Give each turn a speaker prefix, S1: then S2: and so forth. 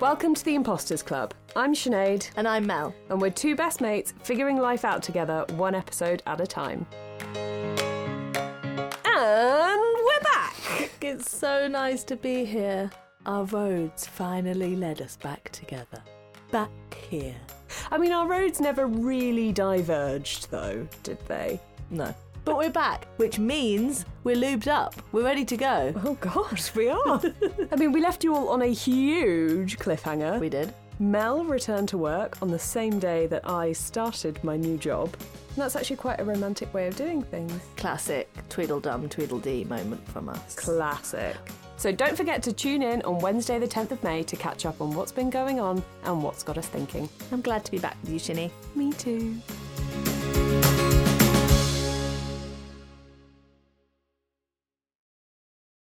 S1: Welcome to the Imposters Club. I'm Sinead,
S2: And I'm Mel.
S1: and we're two best mates figuring life out together, one episode at a time. And we're back!
S2: It's so nice to be here. Our roads finally led us back together. Back here.
S1: I mean, our roads never really diverged, though, did they?
S2: No. But we're back, which means we're lubed up. We're ready to go.
S1: Oh, gosh, we are. I mean, we left you all on a huge cliffhanger.
S2: We did.
S1: Mel returned to work on the same day that I started my new job. And that's actually quite a romantic way of doing things.
S2: Classic Tweedledum Tweedledee moment from us.
S1: Classic. So don't forget to tune in on Wednesday, the 10th of May, to catch up on what's been going on and what's got us thinking.
S2: I'm glad to be back with you, Shinny.
S1: Me too.